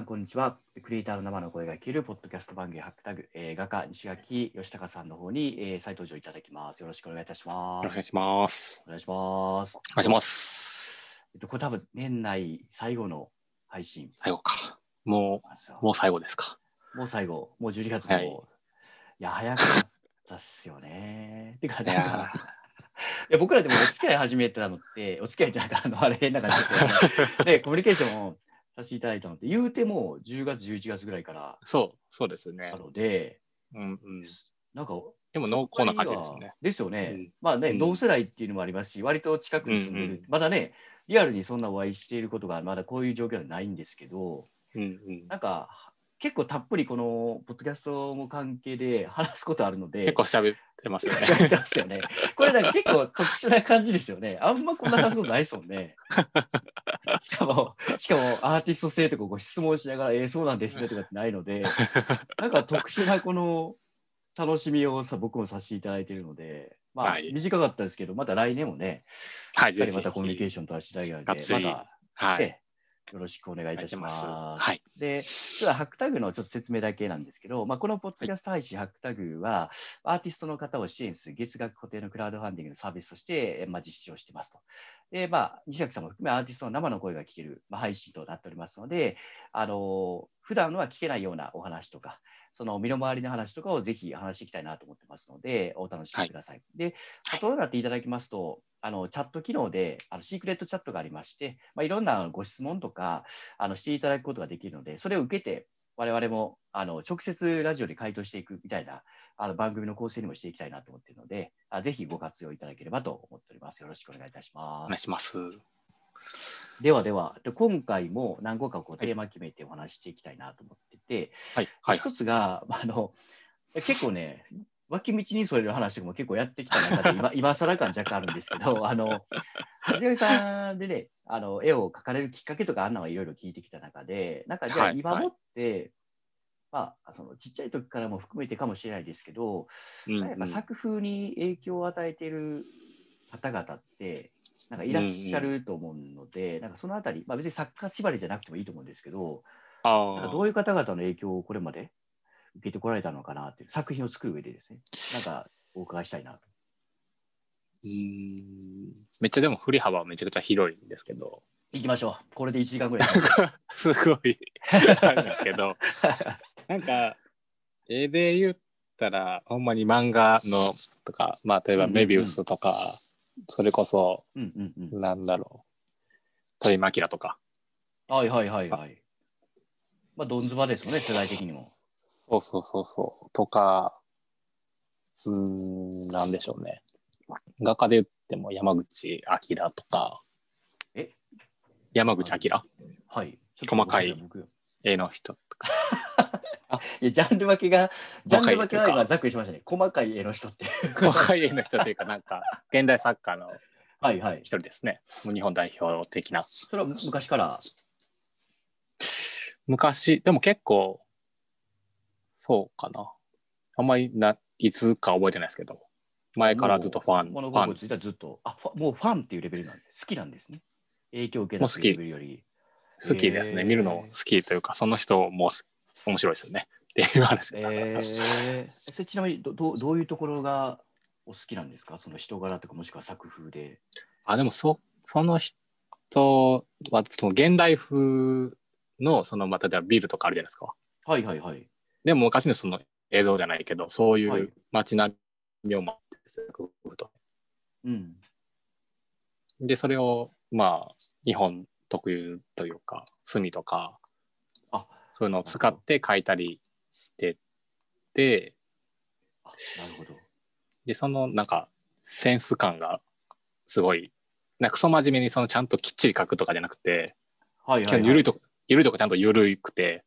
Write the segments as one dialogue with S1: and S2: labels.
S1: ん、こんにちは。クリエイターの生の声が聞けるポッドキャスト番組、ハッシュタグ、映画化、西垣義隆さんの方に、えー、再登場いただきます。よろしくお願いいたしま
S2: お
S1: す。
S2: 願いします。
S1: お願いします。
S2: お願いします。
S1: えっと、これ多分、年内最後の配信
S2: 最後か。も
S1: なんですよ
S2: う、もう最後ですか。
S1: もう最後、もう12月も、
S2: はい
S1: い、や、早かったっすよ ね。てか、
S2: い
S1: なん
S2: や
S1: か、いや僕らでもお付き合い始めてたのって、 お付き合いってなんか、あの、あれ、なんかですけど、
S2: ー
S1: ね、コミュニケーションをさせていただいたのって、言うても10月、11月ぐらいから
S2: そう、そうですね
S1: な。ので、
S2: うんうん。
S1: なんか、
S2: でも濃厚な感じですよね。。
S1: ですよね。
S2: うん
S1: まあね、
S2: うん
S1: 同世代っていうのもありますし、割と近くに住んでる、
S2: うんうん
S1: まだね、リアルにそんなお会いしていることが、まだこういう状況ではないんですけど、
S2: うんうん。
S1: なんか、結構たっぷりこのポッドキャストも関係で話すことあるので、
S2: 結構喋って ますよ ね。
S1: やってますよね。これなんか結構特殊な感じですよね。あんまこんな話すことないですもん ね。しかも、しかもアーティスト性とかご質問しながら、えーそうなんですねとかってないので、なんか特殊なこの楽しみをさ、僕もさせていただいているので、まあ、
S2: はい
S1: 短かったですけど、また来年もね、
S2: は
S1: しっかりま
S2: ぜ
S1: た
S2: ひ
S1: コミュニケーションとはしていただきた
S2: がっ
S1: い
S2: つ
S1: の
S2: り
S1: で、ま
S2: は
S1: た、
S2: い。
S1: ええよろしくお願いいたします。
S2: はい。
S1: で、実はハックタグのちょっと説明だけなんですけど、まあ、このポッドキャスト配信ハックタグは、アーティストの方を支援する月額固定のクラウドファンディングのサービスとして、えまあ、実施をしてますと。で、まあ、西崎さんも含めアーティストの生の声が聞ける、まあ、配信となっておりますので、あの普段は聞けないようなお話とか、その身の回りの話とかをぜひ話していきたいなと思ってますので、お楽しみください。で、
S2: はい
S1: そうなっていただきますと、あのチャット機能であのシークレットチャットがありまして、まあ、いろんなあのご質問とかあのしていただくことができるので、それを受けて、我々もあの直接ラジオで回答していくみたいなあの番組の構成にもしていきたいなと思っているのであ、ぜひご活用いただければと思っております。よろしくお願いいたし
S2: お
S1: ます
S2: 願い。します。
S1: ではでは、で今回も何個かこうテーマ決めてお話していきたいなと思ってて、
S2: はい。はい。
S1: 一つが、まああの、結構ね、脇道にそれる話とかも結構やってきた中で、今今更感若干あるんですけ ど、あの、藤波さんでね、あの絵を描かれるきっかけとかあんなはいろいろ聞いてきた中で、なんかじゃあ
S2: はい
S1: 今もって、まあ、そのちっちゃい時からも含めてかもしれないですけど、
S2: うん
S1: やっぱ
S2: うん
S1: 作風に影響を与えている方々ってなんかいらっしゃると思うので、なんかそのあたり、まあ、別に作家縛りじゃなくてもいいと思うんですけどなん
S2: あ
S1: かどういう方々の影響をこれまで受けてこられたのかなっていう作品を作る上で ですねなんかお伺いしたいなと。
S2: ーうんめっちゃでも振り幅はめちゃくちゃ広いんですけ ど、
S1: いきましょうこれで1時間ぐらい
S2: すごいあるんですけど、なんか、絵で言ったら、ほんまに漫画のとか、まあ、例えば
S1: うんうんうん
S2: メビウスとか、それこそ、
S1: うんうんうん
S2: なんだろう、鳥山明とか、
S1: はいはいはいはい。まあどんずばですよね世代的にも。
S2: そうそうそうそう、とか、うーん、なんでしょうね。画家で言っても山口明とか、
S1: え
S2: 山口明
S1: はい。ち
S2: 細かい
S1: ごめんなさ僕
S2: 絵の人とか。
S1: いやジャンル分けが、ジャンル分けは
S2: 細かいという
S1: 今
S2: か
S1: ざっくりしましたね。細かい絵の人って。
S2: 細かい絵の人というか、なんか、現代作家の
S1: はいはい
S2: 一。人ですね。もう日本代表的な。
S1: それは昔から。
S2: 昔、でも結構、そうかな。あんまりな、いつか覚えてないですけど、前からずっとファン、フ
S1: 物
S2: ァ
S1: 心
S2: ン。
S1: ついたらずっと、あ、ファもうファンっていうレベルなんで、好きなんですね。影響を受けた
S2: もう
S1: とい
S2: 好
S1: う
S2: き
S1: レベルより。
S2: 好きですね。
S1: へー
S2: 見るの好きというか、その人もす面白いですよね。っていう話。
S1: えー、それちなみにどどうどういうところがお好きなんですかその人柄とかもしくは作風で。
S2: あ、でもそ、その人は、その現代風の、その、また、例えばビルとかあるじゃないですか。
S1: はいはいはい。
S2: でも昔のその映像じゃないけど、そうい
S1: は
S2: う
S1: い
S2: 街並みを待って作風と。
S1: うん。
S2: で、それを、まあ、日本特有というか、墨とか、
S1: あ、
S2: そういうのを使って書いたりしてて、
S1: あなるほど。
S2: で、そのなんかセンス感がすごい、なんかクソ真面目にそのちゃんときっちり書くとかじゃなくて、
S1: はいはい、はい。
S2: ゆるいとこ、ゆるいとこちゃんとゆるくて、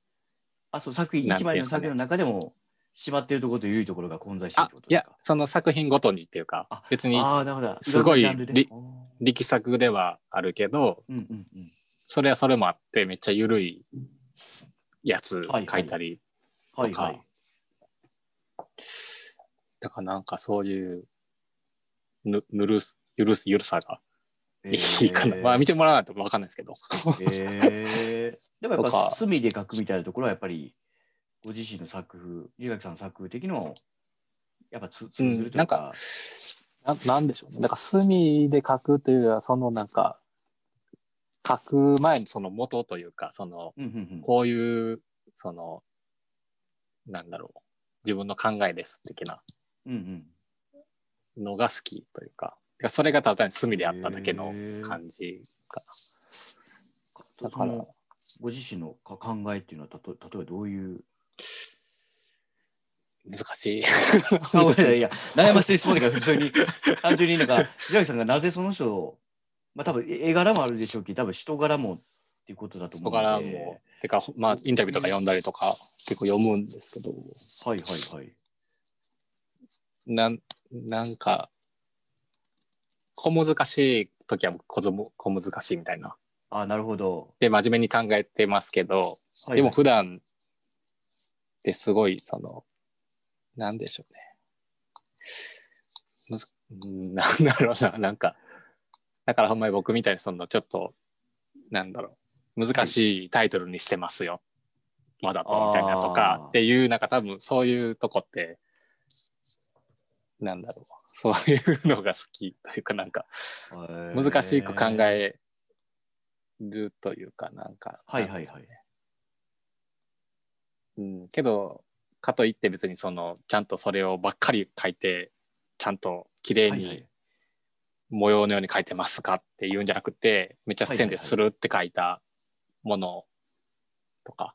S1: あ、そう、作品、
S2: なん
S1: 一
S2: てい
S1: 枚
S2: うんで
S1: の
S2: すか
S1: 作
S2: ね
S1: 品の中でも、縛ってるところと緩いところが混在してるっ
S2: あ
S1: てこと、
S2: い
S1: です
S2: や
S1: か、
S2: その作品ごとにっていうか
S1: あ、
S2: 別に
S1: ああ、なるほど。
S2: すごい
S1: ろんなジャンルで
S2: り
S1: おー
S2: 力作ではあるけど、
S1: うんうんうん。
S2: それはそれもあって、めっちゃゆるいやつ
S1: はいはい
S2: 書いたり、
S1: はいはい。
S2: だからなんかそういうぬ、ぬるす、ゆるす、ゆるさが
S1: えー
S2: いいかな。まあ見てもらわないと分かんないですけど。
S1: えーでもやっ
S2: とか
S1: ぱ隅で書くみたいなところはやっぱりご自身の作風、龍垣さんの作風的のやっぱつ通ずるというか、
S2: ななんでしょうね。なんか隅で書くというよりは、そのなんか、書く前のその元というか、その、
S1: うんうんうん
S2: こういう、その、なんだろう、自分の考えです的な
S1: うんうん
S2: のが好きというか、てかそれがただ単に隅であっただけの
S1: へー
S2: 感じかな。だ
S1: そ
S2: から、
S1: のご自身のか考えっていうのはたと例えばどういう
S2: 難しい。
S1: あごめんなさいい や悩ましい質問が普通 に単純にいいのか龍垣さんがなぜその人をまあ多分絵柄もあるでしょうけど多分人柄もっていうことだと思
S2: 人
S1: うので
S2: 柄も、てか、まあ、インタビューとか読んだりとか、結構読むんですけど、
S1: はいはいはい
S2: なん、なんか、小難しい時は小ずも小難しいみたいな。
S1: あなるほど、
S2: で、真面目に考えてますけど、
S1: はいはい
S2: でも普段ってすごい、その、なんでしょうね。むず うんなんだろうな、なんか、だからほんまに僕みたいに、その、ちょっと、なんだろう、難しいタイトルにしてますよ。わざとみたいなと
S1: あ
S2: か
S1: ー
S2: っていう、なんか多分そういうとこって、なんだろう、そういうのが好きというか、なんか、難しく考
S1: え
S2: えるというかなんか、
S1: はいはいはい
S2: なんですよねうん、けどかといって別にそのちゃんとそれをばっかり書いてちゃんと綺麗
S1: はいはい
S2: に模様のように書いてますかっていうんじゃなくてめっちゃ線でするって書いたものとか、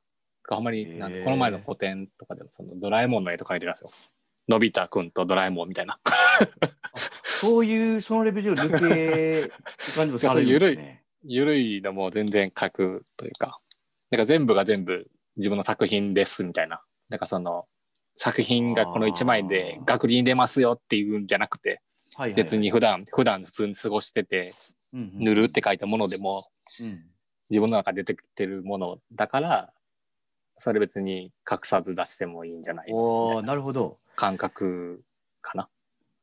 S2: あんまりなんか
S1: へー
S2: この前の古典とかでもそのドラえもんの絵とか書いてるんですよ。のび太くんとドラえもんみたいな。
S1: そういう、そのレベルを抜ける感じもされ るんですね。
S2: ゆるいのも全然書くというか、なんか全部が全部自分の作品ですみたいな。なんかその作品がこの1枚で
S1: あー
S2: 額に出ますよっていうんじゃなくて、
S1: はいはいはい
S2: 別に、普段、普段普通に過ごしてて、
S1: うんうん
S2: ぬるって書いたものでも
S1: うん
S2: 自分の中で出てきてるものだから、それ別に隠さず出してもいいんじゃないみた
S1: お
S2: い
S1: ー
S2: な
S1: なるほど。
S2: 感覚かな。だ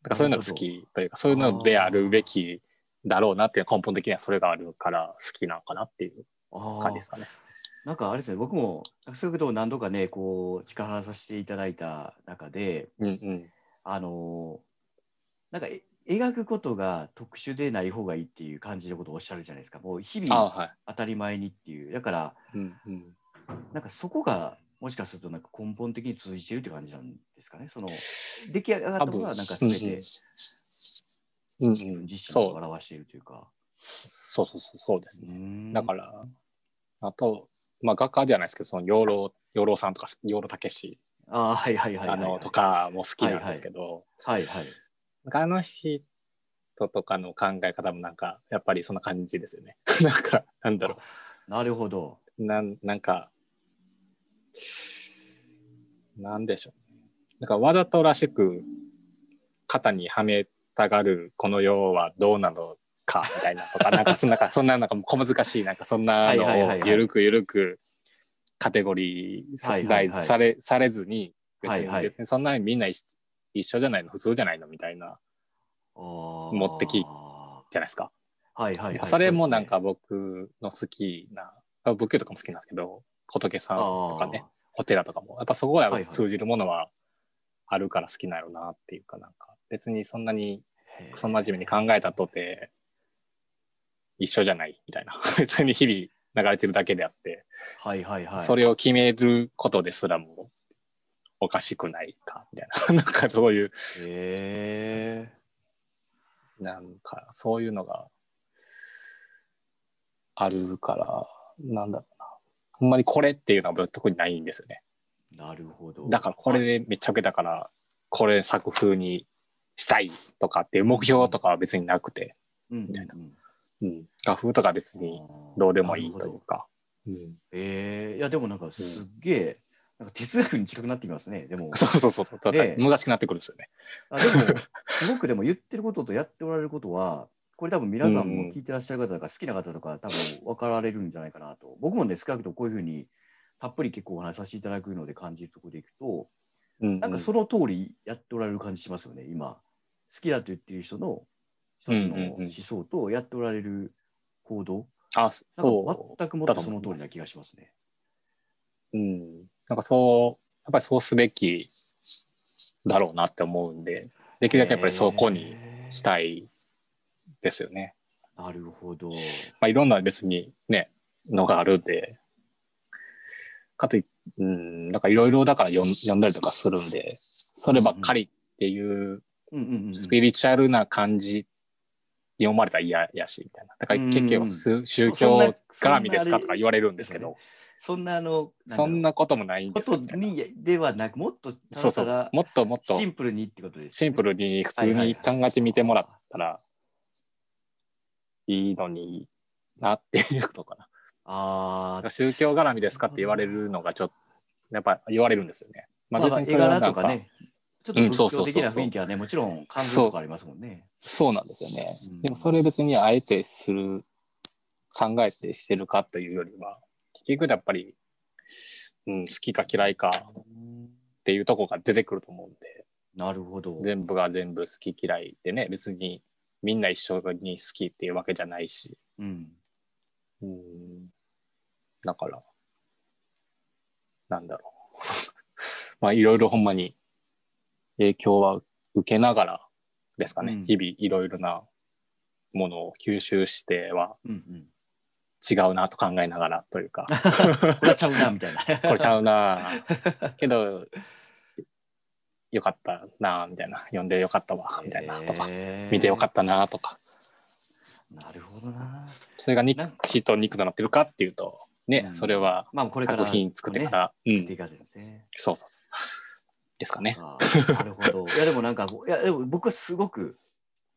S2: からそういうのが好きというか、そういう
S1: るほど
S2: のであるべきだろうなっていう根本的にはそれがあるから好きなのかなっていう
S1: あ
S2: 感
S1: あ
S2: じですかね。
S1: なんかあれですね、僕もそういうことを何度かね、こう、力話させていただいた中で、
S2: うんうん。
S1: あのーなんかえ描くことが特殊でない方がいいっていう感じのことをおっしゃるじゃないですか、もう日
S2: あ
S1: 々
S2: は
S1: 当たり前にっていう、だから、
S2: い。うんうん。
S1: なんかそこがもしかするとなんか根本的に通じてるって感じなんですかね、その出来上がったものはなんか全て。
S2: うんう
S1: 自分
S2: ん。
S1: 自身
S2: そう
S1: を表しているというか。、
S2: そうそうそうそうですね。だからら、あと、まあ画家ではないですけど、その養老、養老さんとか、養老たけし、
S1: あーはいはいはい
S2: あ
S1: はい、はい。
S2: の、と。かも好きなんですけど、
S1: はいはい。
S2: なんかあの人とかの考え方もなんか、やっぱりそんな感じですよね。 なんか、なんだろ
S1: なるほど。
S2: う。なん、なんか、なんでしょうね。なんかわざとらしく、肩にはめたがるこの世はどうなのかみたいなとか、なんかそんなか、そんななんか小難しい、なんかそんなの
S1: はいはいはい
S2: を
S1: はい
S2: ゆるくゆるくカテゴリ
S1: はいは
S2: ー
S1: いは
S2: 大
S1: い
S2: 事され、されずに、別
S1: はい
S2: に
S1: はい
S2: 別にそんなにみんな一一緒じゃないの、普通じゃないのみたいな、
S1: 持
S2: 持ってき
S1: は
S2: じゃないですか。
S1: いはいはい。
S2: それもなんか僕の好きな、あ仏教とかも好きなんですけど、仏さんとかね、お寺とかも、やっぱそこ
S1: はいは
S2: はい通じるものはあるから好きなのなっていうかなんか、別にそんなに
S1: そうですね。
S2: クソ真面目に考えたとて、一緒じゃないみたいな。 別に日々流れてるだけであって、
S1: はいはいはい。
S2: それを決めることですらもおかしくないか、みたいな。 なんかそういう、
S1: へえ。
S2: なんかそういうのがあるから、なんだろうな。ほんまにこれっていうのは特にないんですよね。
S1: なるほど。
S2: だからこれ
S1: あ。
S2: でめっちゃ受けたから、これ作風にしたいとかっていう目標とかは別になくて、
S1: うん
S2: みたいな
S1: うんうん
S2: うん、画風とか別にどうでもいい
S1: な
S2: と
S1: る
S2: い
S1: ほ
S2: う
S1: ど
S2: か。うん、
S1: ええ。いやでもなんかすっげえ、なんか哲学に近くなってきますね。でも、
S2: そうそうそうそう。だから
S1: ねえ
S2: 難しくなってくるんですよね。
S1: あで もすごくでも言ってることとやっておられることは、これ多分皆さんも聞いてらっしゃる方とか好きな方とか多分分かられるんじゃないかなと。僕もね、少なくともこういうふうにたっぷり結構お話しさせていただくので感じるところでいくと、
S2: うん
S1: なんかその通りやっておられる感じしますよね、今。好きだと言ってる人の一つの
S2: うんうんうん
S1: 思想とやっておられる行動、
S2: あ、
S1: なん
S2: そ
S1: か全くもってその通りな気がしますね。
S2: う。うん。なんかそう、やっぱりそうすべきだろうなって思うんで、できるだけやっぱりそこにし
S1: い。
S2: たいですよね。
S1: なるほど。
S2: まあ、いろんな別にね、のがあるんで、かというん、なんかいろいろだから読ん読んだりとかするんで、そればっかりっていう
S1: うんうんうんうん
S2: スピリチュアルな感じに思われたら嫌やし、みたいな。だから結局す宗教絡みですかとか言われるんですけど、
S1: そんなあの、
S2: そん
S1: な
S2: なこともないん
S1: んだ
S2: で
S1: ろ
S2: すよ
S1: うこ
S2: みた
S1: と
S2: いな
S1: にではなく、もっとた
S2: そう
S1: だ
S2: そ
S1: た
S2: う
S1: だ。
S2: もっともっと
S1: シンプルにってことです、
S2: シンプ
S1: ル。
S2: ルに普通に考えてみてもらったらいいのになっていうことかな。
S1: ああ、
S2: 宗教絡みですかって言われるのがちょっとやっぱ言われるんですよね。まあ、
S1: まあま
S2: 別
S1: あ、
S2: にそ
S1: 絵
S2: れは
S1: 柄
S2: な
S1: と
S2: んか,、
S1: かね。ちょっと
S2: うんそう
S1: 仏
S2: そ
S1: 教
S2: うそう
S1: 的
S2: そう
S1: な雰囲気はね、もちろん感情とかありますもんね。
S2: そうなんですよね。
S1: うん
S2: でもそれ別にあえてする考えてしてるかというよりは結局やっぱり、うん、好きか嫌いかっ
S1: うん
S2: ていうとこが出てくると思うんで
S1: なるほど。
S2: 全部が全部好き嫌いでね別にみんな一緒に好きっていうわけじゃないし。
S1: うん。
S2: うんだから、なんだろう。 まあ、いろいろほんまに影響は受けながらですかね。
S1: うん
S2: 日々いろいろなものを吸収しては
S1: うん
S2: 違うなと考えながらとい うか、
S1: うん。これちゃうな、みたいな。
S2: これちゃうなけど、よかったなみたいな。読んでよかったわ、みたいなとか、見てよかったなとか。
S1: た。なるほどな。
S2: それが肉と肉となってるかっていうと、ね、
S1: うん
S2: それは
S1: まあ、これから、
S2: 作品作ってか。ら、うん
S1: っていう感じですね。
S2: そうそうそう。ですかね。
S1: あーなるほど。いや、でもなんか、いや、でも僕はすごく、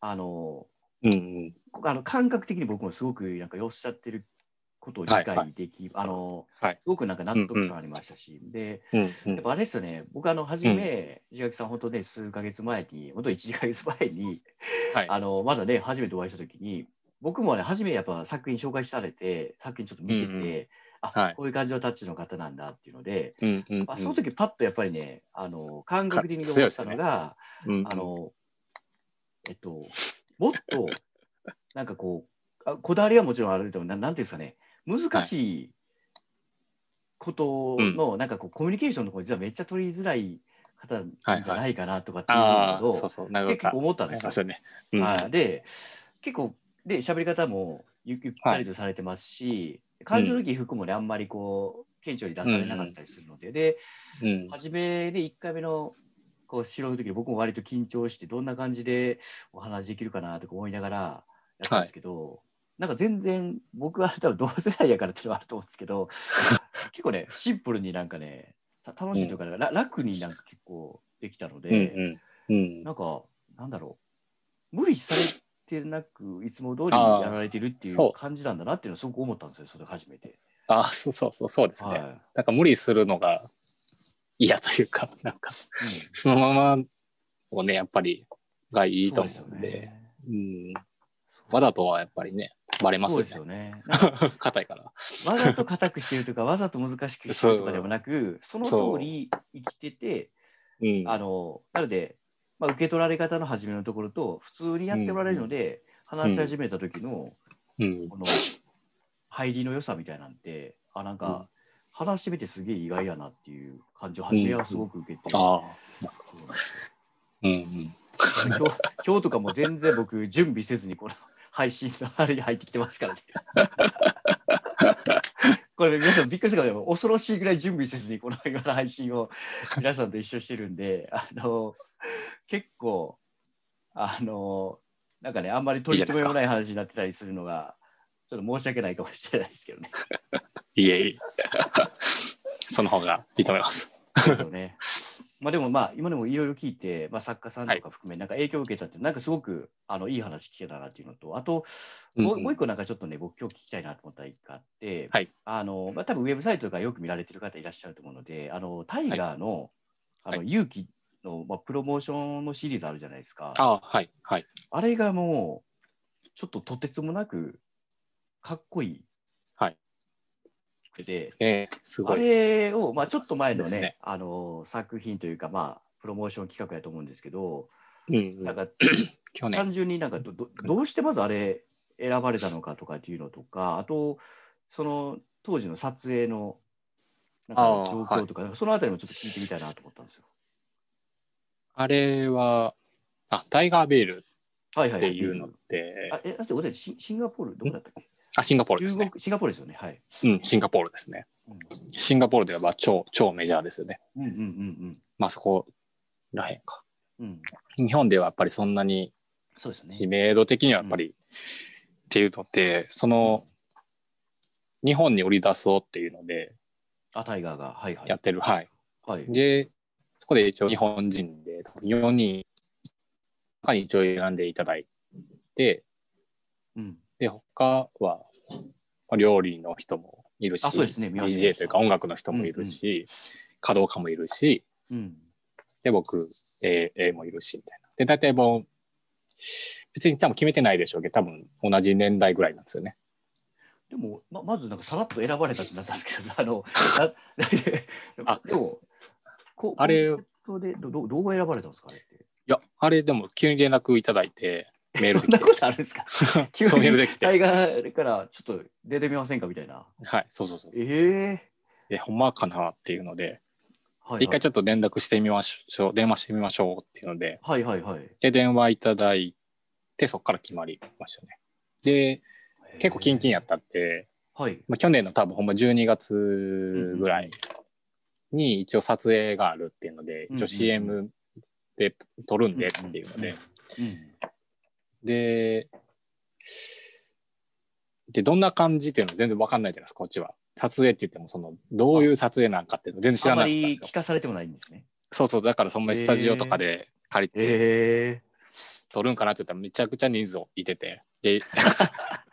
S1: あの、
S2: うんうん。
S1: こあの感覚的に僕もすごく、なんか、おっしゃってることを理
S2: はいは
S1: 解でき、あの、
S2: はい
S1: すごくなんか納得感ありましたし、で、
S2: うんう
S1: やっ
S2: ん
S1: ぱあれですよね、僕、あの、初め、石垣さん、本当ね、数ヶ月前に、本当1、2ヶ月前に、
S2: はい。
S1: あのまだね初めてお会いした時に僕もね初めやっぱ作品紹介されて作品ちょっと見てて、
S2: うんうん
S1: あ、
S2: はい
S1: こういう感じのタッチの方なんだっていうので、
S2: うんうんうん
S1: あその時パッとやっぱりねあの感覚的に
S2: か
S1: 思
S2: 強い
S1: っ
S2: です
S1: た
S2: よね
S1: のが、
S2: うんうん
S1: あのえっともっ となんかこうあこだわりはもちろんあるけどななんていうんですかね難しいことの、なんかこうコミュニケーションのところ実はめっちゃ取りづらい方なんじゃないかなとかっていう
S2: ああ、
S1: の
S2: そう
S1: を
S2: そう。なん
S1: 結
S2: か
S1: 構、思ったん
S2: あ
S1: で
S2: り
S1: すよ
S2: ま。すよね。うん
S1: はい、で結構で喋り方もゆゆったりとされてますし、感情の起伏もねあんまりこう顕著に出されなかったりするので、で
S2: うん
S1: 初めで1回目のこう白の時に僕も割と緊張してどんな感じでお話できるかなとか思いながらやったんですけど、なんか全然僕は多分同世代やからっていうのはあると思うんですけ ど結構ねシンプルになんかねた楽しいというか、ら楽になんか結構できたので。
S2: うんうんうん
S1: なんか、なんだろう、無理されてなく、いつも通り
S2: あー
S1: やられてるってい
S2: そうう
S1: 感じなんだなっていうのをすごく思ったんですよ、それ初めて。
S2: ああ、そうそうそう、そうです
S1: はい
S2: ね。なんか無理するのが嫌というか、 なんか、
S1: う
S2: そのままをね、やっぱり、がいいと
S1: そう
S2: 思
S1: ですよ
S2: うんで、
S1: ね。
S2: うん。わざとはやっぱりね、バレます
S1: そう
S2: よ
S1: ですよ
S2: ね。
S1: ね。なんか
S2: 硬いから。
S1: わざと硬くしてると か、わざと難しくしてるとかでもなく、その
S2: そう
S1: 通り生きてて、
S2: うん。
S1: あの、なので、まあ、受け取られ方の初めのところと、普通にやっておられるので、話し始めた時の、
S2: うん。
S1: この、入りの良さみたいなんて、あ、なん
S2: うん
S1: か、話してみてすげえ意外やなっていう感じを初めはすごく受けて、
S2: ああ、ますか。
S1: そうなんです
S2: うんうん。
S1: よ今日今日とかも全然僕準備せずにこの配信のあれに入ってきてますからね。これ皆さんびっくりするかも恐ろしいぐらい準備せずにこの今の配信を皆さんと一緒してるんであの結構あのなんかねあんまり取り留めもない話になってたりするのがちょっと申し訳ないかもしれないですけどね。
S2: いえい え。その方がいいと思います。
S1: ですよね。まあでもまあ今でもいろいろ聞いて、まあ、作家さんとか含めなんか影響を受けたって、なんかすごくあのいい話聞けたなっていうのとあともう,、
S2: うんうん
S1: もう一個なんかちょっとね僕今日聞きたいなと思った一個あって、
S2: はい
S1: あのまあ、多分ウェブサイトとかよく見られてる方いらっしゃると思うのであのタイガーの,、
S2: は
S1: あ
S2: い
S1: の勇気の、まあ、プロモーションのシリーズあるじゃないですかあ
S2: ああ、はい、はい。
S1: れがもうちょっととてつもなくかっこいい。
S2: はい
S1: くて
S2: ええすご
S1: あ
S2: い。
S1: れを、まあ、ちょっと前の
S2: で
S1: ね
S2: すね
S1: あの作品というか、まあ、プロモーション企画やと思うんですけど、
S2: うん
S1: なんか
S2: 去年。
S1: 単純になんかどどどうしてまずあれ選ばれたのかとかっていうのとかあとその当時の撮影のなん
S2: あ
S1: か
S2: ー
S1: 状況とか、そのあたりもちょっと聞いてみたいなと思ったんですよ。
S2: あれは、あ、タイガービール
S1: はいは
S2: っ
S1: いは
S2: て
S1: い、
S2: いうのって、
S1: あえだって俺シンシンガポールどこだったっけ
S2: あ、シンガポールです
S1: 中国
S2: ね。
S1: シンガポールですよね。はい。
S2: うん、シンガポールですね。シンガポールでは超、超メジャーですよね。
S1: うんうんうん
S2: まあそこらへんか。
S1: うん。うん、
S2: 日本ではやっぱりそんなに
S1: そうです
S2: 知
S1: よね。
S2: 名度的にはやっぱり、っていうので、その、日本に売り出そうっていうので
S1: あタイガーが。はいはい。
S2: やってる。はい。
S1: はい、
S2: で、そこで一応日本人で4人中に一応選んでいただいて、
S1: うん。
S2: で、他はまあ料理の人もいるし、
S1: あそうですね見ました
S2: DJ というか音楽の人もいるし、華道家もいるし、
S1: うん。
S2: で、僕、えー A もいるし、みたいな。で、大体もう、別に多分決めてないでしょうけど、多分同じ年代ぐらいなんですよね。
S1: でもままずなんかさらっと選ばれたってなったんですけ ど、あの、な
S2: あ
S1: でも、こ
S2: あれ
S1: コンセプトでどどどう選ばれたんですかあれって。
S2: いや、あれでも急に連絡いただいて、メール
S1: そ
S2: で
S1: ん
S2: き
S1: な
S2: て。
S1: ことあるんですか 急に
S2: そう、メールでき
S1: タ
S2: て。
S1: イガーからちょっと出てみませんかみたいな。
S2: はい、そうそうそう。
S1: ええ
S2: え、ほんまかなっていうので、
S1: はい、はい。
S2: 一回ちょっと連絡してみましょう、電話してみましょうっていうので、
S1: はいはいはい。
S2: で、電話いただいて、そこから決まりましたね。で、結構キンキンやったって、
S1: ン。はい。
S2: まあ、去年の多分ほんま12月ぐらいに一応撮影があるっていうので、
S1: うん
S2: 一応 CM で撮るんでっていうので、
S1: うん。
S2: で、で、どんな感じっていうのは全然わかんないじゃないですか、こっちは。撮影って言っても、その、どういう撮影なんかっていうの全然知
S1: あん
S2: らな
S1: ま
S2: かったんで
S1: り
S2: すよ
S1: 聞。かされてもないんですね。
S2: そうそう、だからそんなにスタジオとかで借りて
S1: ええ
S2: 撮るんかなって言ったらめちゃくちゃ人数いてて、 で、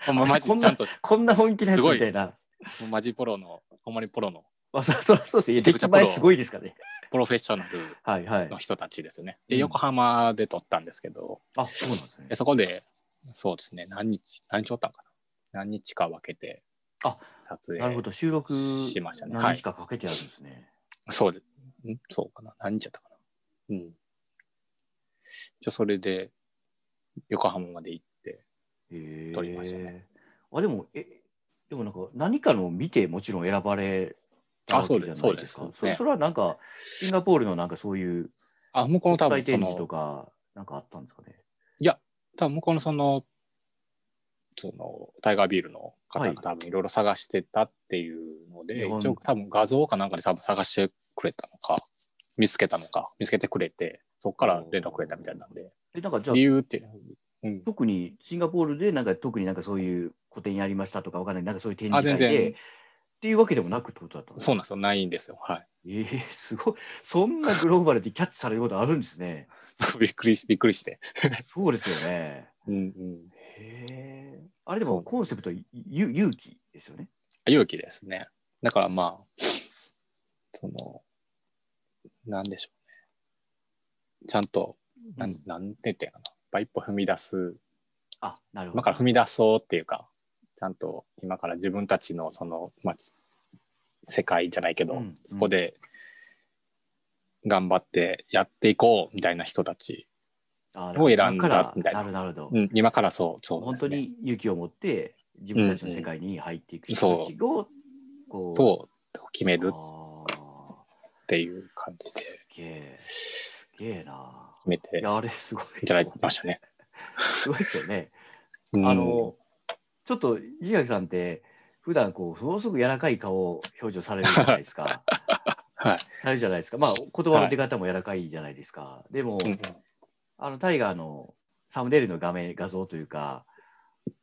S2: ほんまマジ
S1: こん
S2: ち
S1: な
S2: ゃんと、
S1: こんな本気なやつみたいな。
S2: ほんまマジプロの、ほんまにプロの、
S1: まあ、そそそうですね。
S2: めちゃくち
S1: 出
S2: ゃ
S1: 来栄えすごいですかね。
S2: プロフェッショナル
S1: はいはい
S2: の。人たちですよね。
S1: う
S2: で、
S1: ん
S2: 横浜で撮ったんですけど、
S1: あ、そうなんですね
S2: で。そこで、そうですね、何日、何日おったんかな。何日か分けて、
S1: あ
S2: 撮
S1: なるほ
S2: 影
S1: ど。収録
S2: しましたね。は
S1: 何
S2: い
S1: 日。かかけてあるんですね。
S2: そうです。んそうかな。何日やったかな。うん。じゃそれで、横浜まで行って、
S1: ええ
S2: 撮りましたね
S1: あ、でも、え、でもなんか何かのを見てもちろん選ばれた
S2: あ
S1: わけじゃ
S2: そ
S1: な
S2: う
S1: い
S2: で
S1: ですす
S2: そう
S1: か
S2: で。す
S1: そ
S2: ね
S1: れそれはなんか、シンガポールのなんかそういう
S2: あ、向こう
S1: 国
S2: の多
S1: 際
S2: 分そ
S1: 展示と
S2: の、
S1: か、なんかあったんですかね。
S2: いや、多分向こうのその、その、タイガービールの方
S1: は
S2: が
S1: い
S2: 多分いろいろ探してたっていうので、
S1: 日本
S2: 一応多分画像かなんかで多分探してくれたのか、見つけたのか、見つけてくれて、そこから連絡くれたみたいなんで、
S1: え、なんかじゃあ
S2: 理、由っていう、うん、
S1: 特にシンガポールでなんか特になんかそういう個展やりましたとかわかんない、なんかそういう展
S2: あ、
S1: 示
S2: 全
S1: 会で
S2: 然
S1: っ、ていうわけでもなくってことだったの
S2: そうなんですよ、ないんですよ。はい。
S1: ええすごい。そんなグローバルでキャッチされることあるんですね。
S2: びっくりし、びっくりして。
S1: そうですよね。
S2: うんうん。
S1: へえ。あれで
S2: そう
S1: もコンセプト、ゆ勇気ですよね。
S2: 勇気ですね。だからまあ、その、なんでしょうね。ちゃんと、なん
S1: うん
S2: なんて言ってんかな。まあ一歩踏み出す、
S1: あ、なるほど。
S2: 今から踏み出そうっていうか、ちゃんと今から自分たちのその、まあ、ち世界じゃないけど、
S1: うん
S2: そこで頑張ってやっていこうみたいな人たち、
S1: あ
S2: を選ん
S1: 今か
S2: だ
S1: ら
S2: みたいな
S1: るほどなるほど。
S2: うん、今からそう、そう、
S1: 本当。に勇気を持って自分たちの世界に入っていく人たちをこう。
S2: そう、決めるっ
S1: あ
S2: ていう感じ
S1: ー
S2: で決
S1: すげえ。すげえな。
S2: め
S1: い
S2: て
S1: や、あれすごい
S2: い
S1: です
S2: ただ
S1: よ
S2: きましたね。
S1: すごいですよね。
S2: うん
S1: あの、ちょっと、石垣さんって、普段こう、ものすごく柔らかい顔を表情されるじゃないです か。
S2: はい。
S1: されるじゃないですか。まあ、言葉の出方も柔らかいじゃないですか。でも、
S2: うんうん
S1: あの、タイガーのサムネイルの画面、画像というか、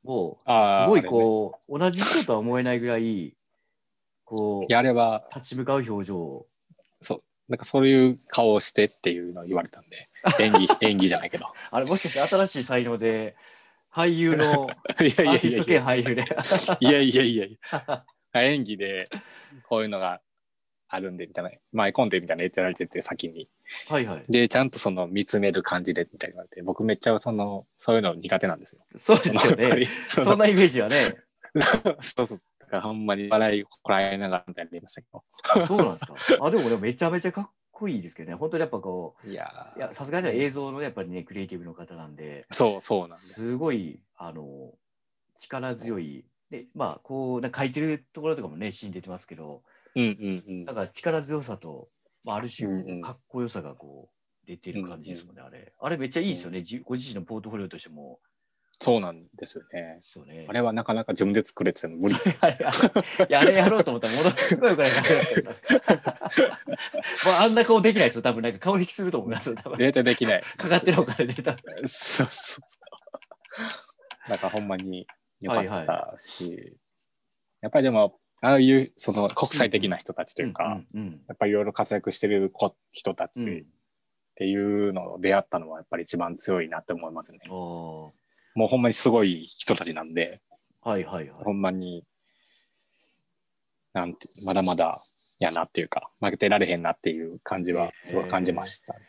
S1: もう、
S2: あー
S1: すごいこう、同じ人とは思えないぐらい、こう、
S2: やれば
S1: 立ち向かう表情を。
S2: そうなんかそういう顔をしてっていうのを言われたん で演技演技じゃないけど
S1: あれ、もしかして新しい才能で、俳優の、
S2: い
S1: ア
S2: やいや
S1: ーティ
S2: い
S1: ス
S2: や
S1: ト
S2: い
S1: 兼
S2: や
S1: 俳優 で。
S2: いやいやいやい や演技でこういうのがあるんでみたいな前コンテみたいな言ってられてて先に
S1: はいはい。
S2: でちゃんとその見つめる感じでみたいな言われて僕めっちゃそのそういうの苦手なんですよ。
S1: そうですよ
S2: やっぱ
S1: ね。
S2: りそ
S1: そん
S2: の
S1: なイメージはね。
S2: そうそうだからほんまに笑いこらえながらみたいになりましたけど
S1: そうなんですか。あ、でもね、めちゃめちゃかっこいいですけどね、本当にやっぱこう、
S2: いやー
S1: いやさすがに映像のやっぱりね、クリエイティブの方なんで、
S2: そうそうなんです。
S1: すごい、あの、力強い、で、まあ、こう、なんか書いてるところとかもね、シーン出てますけど、
S2: うんうん
S1: なんか力強さと、まあ、ある種
S2: うんうん
S1: かっこよさがこう出てる感じですもんね、あれ。あれめっちゃいいですよね、じご自身のポートフォリオとしても。
S2: そうなんですよね。
S1: そうね。
S2: あれはなかなか自分で作れてても無理ですよ。
S1: あれい やあれやろうと思ったらものすごいお金かかるんですけど まああんな顔できないですよ、多分なんか顔引きすると思いますよ、多分
S2: データできない。
S1: かかってるお金で多分。
S2: そうそうそう。なんかほんまに良かったし、やっぱりでも、ああいうその国際的な人たちというか、
S1: うんうん
S2: やっぱりいろいろ活躍してる子人た
S1: うん
S2: ちっていうのを出会ったのはやっぱり一番強いなって思いますね。
S1: うんお
S2: もうほんまにすごい人たちなんで、
S1: ーはいはいは
S2: ほんまに、なんて、まだまだやなっていうか、負けられへんなっていう感じはすごい感じましたね。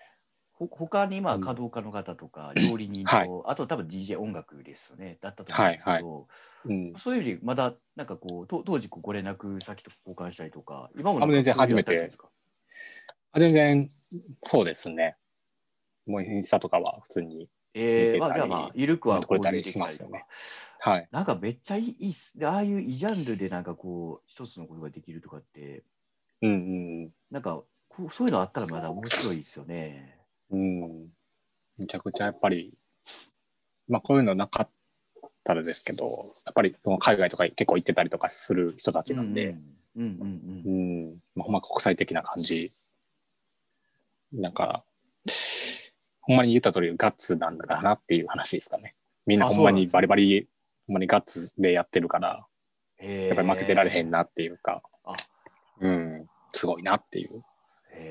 S1: い。ほかにまあ
S2: うん
S1: 華道家の方とか料理人と、
S2: はい
S1: あと多分 DJ 音楽ですよね、だったと思うんですけど、
S2: はいうん。
S1: そういうよりまだなんかこうと当時こうご連絡先と交換したりとか、今も
S2: あもう全然
S1: なんか交流あったり
S2: 初めて
S1: するんですか。
S2: あ全然、そうですね。もうインスタとかは普通に。
S1: ええ
S2: 見て
S1: ま
S2: た
S1: あ
S2: り
S1: じゃあまあ、ゆるくは交流できた
S2: 撮れたりしま
S1: り
S2: す
S1: と
S2: よ
S1: か
S2: ね。はい。
S1: なんかめっちゃいいいいっす。で、ああいう異ジャンルでなんかこう、一つのことができるとかって、
S2: うん
S1: なんかこうそういうのあったらまだ面白いですよね。
S2: うん。うん。めちゃくちゃやっぱり、まあこういうのなかったらですけど、やっぱりその海外とか結構行ってたりとかする人たちなんで、
S1: うんうんう
S2: うんん、まあ、ほんま国際的な感じ。だから、ほんまに言った通りガッツなんだかなっていう話ですかね。みんなほんまにバリバリ、ほんまにガッツでやってるから、
S1: や
S2: やっぱり負けてられへん
S1: な。
S2: なっていうか、
S1: あ
S2: うん、すごいなっていう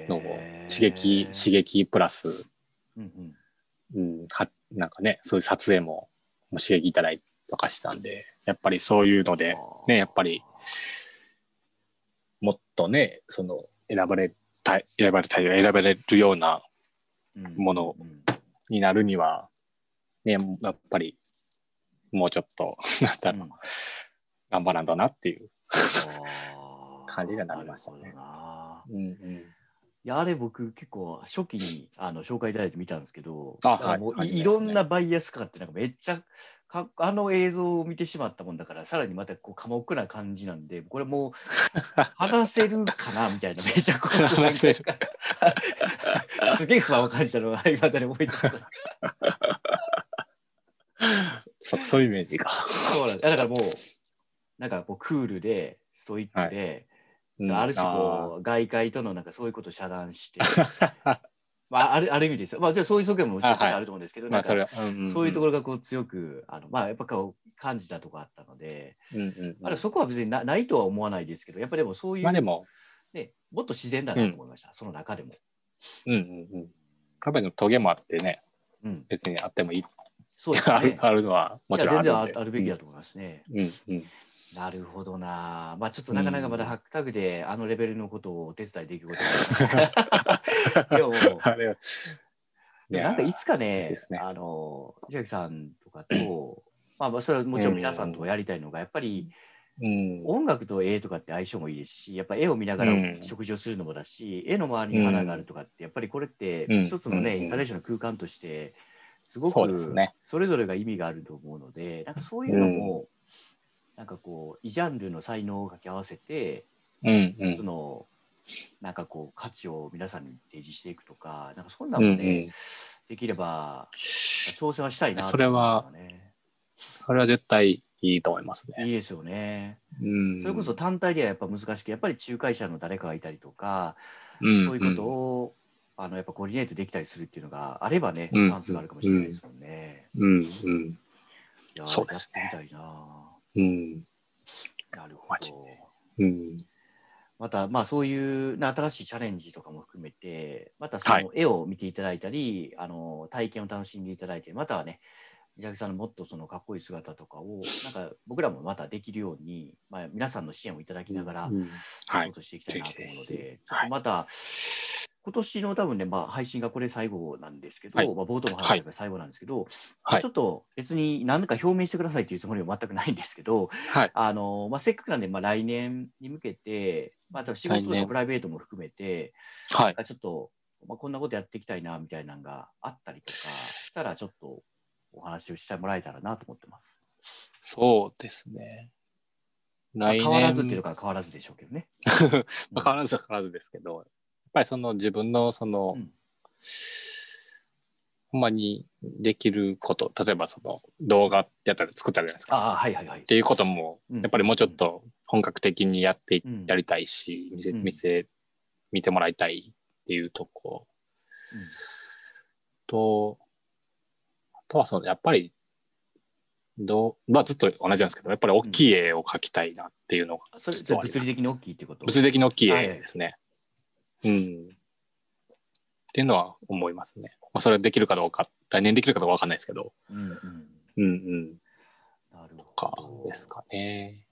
S2: のを
S1: へー
S2: 刺激、刺激プラス、
S1: うんうん
S2: うん、はなんかね、そういう撮影ももう刺激いただいたりとかしたんで、やっぱりそういうので、ね、やっぱり、もっとね、その、選ばれたい、選ばれたい、選ばれるような
S1: うん
S2: もの
S1: うん
S2: になるには、ね、やっぱり、もうちょっと、 なんだろう、
S1: うん
S2: 頑張らんとなっていう。
S1: あー
S2: 感じにはなりましたね
S1: なるほどない
S2: うんうん、
S1: やあれ僕結構初期にあの紹介いただいて見たんですけど
S2: あ
S1: なんか
S2: はい
S1: もう
S2: はい
S1: いいろんなバイアスかかってなんかめっちゃかっあの映像を見てしまったもんだからさらにまたこう寡黙な感じなんでこれもう話せるかなみたいなめっちゃこう
S2: 話せる
S1: すげえ不安を感じたのが今だに覚えてます
S2: そそういうイメージが。
S1: そうなんですだからもうなんかこうクールでストイックで、
S2: うん
S1: ある種
S2: あー
S1: こう外界とのなんかそういうことを遮断して、まあ、あるある意味ですよ、まあ、じゃあそういう側面ももちろん
S2: あはい
S1: あると思うんですけど、
S2: まあ
S1: な
S2: そ
S1: ん
S2: れ
S1: か
S2: は、うんんん
S1: そういうところがこう強くあの、まあ、やっぱこう感じたとこあったので、
S2: うんうんうん
S1: まあ、そこは別になないとは思わないですけどやっぱりでもそういう、
S2: まあでも、
S1: ね、もっと自然だなと思いました、その中でも。
S2: うんうんうん。カフェのトゲもあってね、
S1: うん、
S2: 別にあってもいい、
S1: そうです
S2: ある
S1: ね。
S2: あるのはも
S1: い
S2: ち
S1: や
S2: ろんあ
S1: 全
S2: る
S1: 然
S2: ん
S1: あ
S2: で
S1: あるべきだと思いますね。
S2: うんうん。
S1: なるほどな。まあちょっとなかなかまだ
S2: うん
S1: ハックタグであのレベルのことをお手伝いできること がいやもう
S2: あれは。
S1: でもなんかいつか
S2: そう
S1: ね
S2: です、ね
S1: あの、千秋さんとかと、まあまあ、それはもちろん皆さんとやりたいのが、やっぱり
S2: うん、
S1: 音楽と絵とかって相性もいいですし、やっぱ絵を見ながら
S2: うん
S1: 食事をするのもだし、絵の周りに花があるとかって、やっぱりこれって
S2: うん
S1: 一つのね、
S2: うん
S1: インスタレーションの空間として、すご
S2: そうです
S1: く
S2: ね
S1: それぞれが意味があると思うので、なんかそういうのも、なんかこう、異ジャンルの才能を掛け合わせて、
S2: うんう
S1: そ
S2: ん。
S1: のなんかこう価値を皆さんに提示していくとか、なんかそんなのね、
S2: うんうん
S1: できれば挑戦はしたいなと
S2: それは
S1: 思うんだよね
S2: それは絶対いいと思いますね。
S1: いいですよね。
S2: うん。
S1: それこそ単体ではやっぱ難しく、やっぱり仲介者の誰かがいたりとか、
S2: うん、
S1: そういうことをあのやっぱコーディネートできたりするっていうのがあればね、チ
S2: うん
S1: ャンスがあるかもしれないですもんね。
S2: うんうん。
S1: いやー
S2: そうですね
S1: やってみたいな。
S2: うん。
S1: なるほ
S2: マジ
S1: ど。
S2: うん。
S1: また、まあ、そういうな新しいチャレンジとかも含めて、またそ
S2: はい
S1: の絵を見ていただいたり、あの体験を楽しんでいただいて、またはね、三宅さんのもっとそのかっこいい姿とかを、なんか僕らもまたできるように、まあ、皆さんの支援をいただきながら、
S2: うんは
S1: 仕
S2: い。
S1: 事していきたいなと思うので、ちょっ
S2: はい
S1: とまた、今年の多分ね、まあ、配信がこれ最後なんですけど、
S2: はい
S1: まあ、冒頭の話が最後なんですけど、
S2: はい
S1: ちょっと別に何か表明してくださいっていうつもりは全くないんですけど、
S2: はい
S1: あのまあ、せっかくなんで、まあ、来年に向けて、まあ、多分仕事
S2: 来
S1: とか
S2: 年
S1: プライベートも含めて、
S2: はい。
S1: あちょっと、まあ、こんなことやっていきたいなみたいなのがあったりとかしたら、ちょっとお話をしてもらえたらなと思ってます。
S2: そうですね。
S1: まあ
S2: 来年
S1: 変わらずっていうのか変わらずでしょうけどね。
S2: まあ、変わらずは変わらずですけど、やっぱりその自分のその、
S1: うん
S2: ほんまにできること、例えばその動画やったり作ったじゃないですか。っ
S1: ああ、はいはいはい。
S2: ていうことも、
S1: うん
S2: やっぱりもうちょっと本格的にやってい、
S1: うん
S2: やりたいし、見せ、
S1: うん
S2: 見せ、見てもらいたいっていうとこと、あとはその、やっぱり、どうまあずっと同じなんですけど、やっぱり大きい絵を描きたいなっていうのが、
S1: うんそれ
S2: ちょっとあります
S1: 物理的に大きいってこと
S2: 物理的に大きい絵ですね。うん。っていうのは思いますね。まあ、それはできるかどうか、来年できるかどうかわかんないですけど、
S1: うんうん。
S2: うんうん、
S1: なるほど。
S2: かですかね。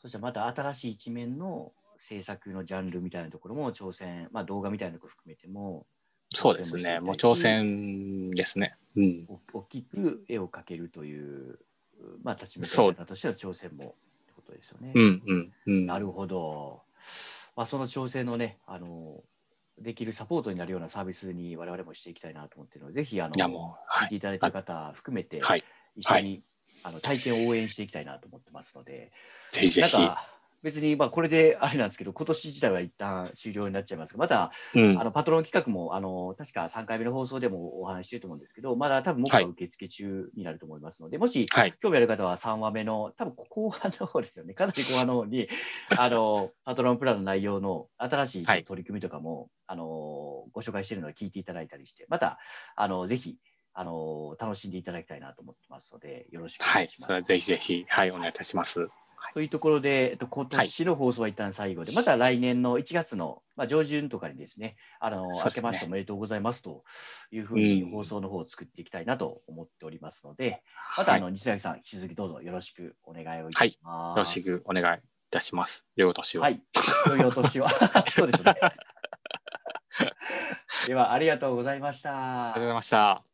S1: そしたらまた新しい一面の制作のジャンルみたいなところも挑戦、まあ、動画みたいなところ含めても
S2: そうですね。もう挑戦ですね。うん。
S1: お大きく絵を描けるという、まあ、立ち向
S2: そ
S1: かいう方としての挑戦もってことですよね。
S2: うんうんうん。
S1: なるほど。まあ、その調整のね、あのできるサポートになるようなサービスに我々もしていきたいなと思っているので、ぜひあの
S2: いやもう、
S1: 聞い
S2: はい。
S1: ていただいている方含めて、
S2: はい。
S1: 一緒にあの体験を応援していきたいなと思ってますので。
S2: ぜひぜ
S1: なんか別にまあこれであれなんですけど、今年自体は一旦終了になっちゃいますが、また、
S2: ひ。うん
S1: あ。のパトロン企画もあの確か3回目の放送でもお話ししてると思うんですけど、まだ多分僕は
S2: はい
S1: 受付中になると思いますので、もし
S2: はい。
S1: 興味ある方は3話目の、多分後半の 方ですよね、かなり後半の方 にあのパトロンプランの内容の新しい
S2: はい
S1: 取り組みとかも、あのご紹介してるので聞いていただいたりして、またあのぜひあの楽しんでいただきたいなと思ってますので、よろしくお
S2: は
S1: 願い
S2: い。
S1: します。
S2: それはぜひぜひ、はい、お願いいたします。
S1: というところで、えっと、今年の放送は一旦最後で、また来年の1月の、まあ、上旬とかにですね、あの
S2: そ
S1: 明
S2: うです
S1: け
S2: ね
S1: ましておめでとうございますというふうに
S2: うん
S1: 放送の方を作っていきたいなと思っておりますので、また、
S2: はい。
S1: あ
S2: よ
S1: の西崎さん、引き続きどうぞよろしくお願いをいたします。
S2: ろしくお願いいたします。良いお年を。
S1: は。い。良いお年 を。そうですね。では、ありがとうございました
S2: ありがとうございました。